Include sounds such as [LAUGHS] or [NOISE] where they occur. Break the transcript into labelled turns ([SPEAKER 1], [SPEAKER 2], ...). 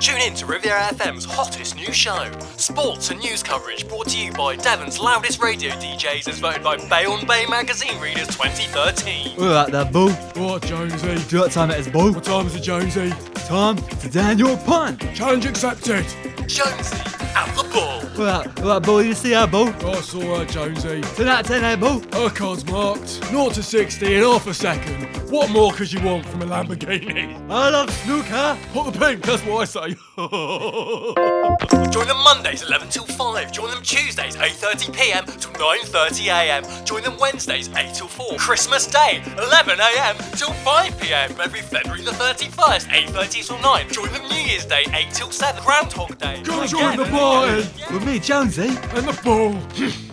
[SPEAKER 1] Tune in to Riviera FM's hottest new show. Sports and news coverage brought to you by Devon's loudest radio DJs as voted by Bay on Bay magazine readers 2013.
[SPEAKER 2] All right, that boo. Do
[SPEAKER 3] What, Jonesy?
[SPEAKER 2] you know what time it is, boo?
[SPEAKER 3] What time is it, Jonesy?
[SPEAKER 2] Time to Daniel Pun.
[SPEAKER 3] Challenge accepted.
[SPEAKER 1] Jonesy at the ball.
[SPEAKER 2] All right, all right, boo, you see our boo?
[SPEAKER 3] Oh, it's all right, Jonesy.
[SPEAKER 2] Tonight, 10 eh, boo?
[SPEAKER 3] Our card's marked. 0 to 60 in half a second. What more could you want from a Lamborghini?
[SPEAKER 2] I love snooker.
[SPEAKER 3] Put the pink, that's what I say. [LAUGHS]
[SPEAKER 1] Join them Mondays 11 till 5. Join them Tuesdays 8:30 p.m. till 9:30 a.m. Join them Wednesdays 8 till 4. Christmas Day 11 a.m. till 5 p.m. Every February the 31st 8:30 till 9. Join them New Year's Day 8 till 7. Groundhog Day.
[SPEAKER 3] Go join the party.
[SPEAKER 2] With me, Jonesy.
[SPEAKER 3] And the ball.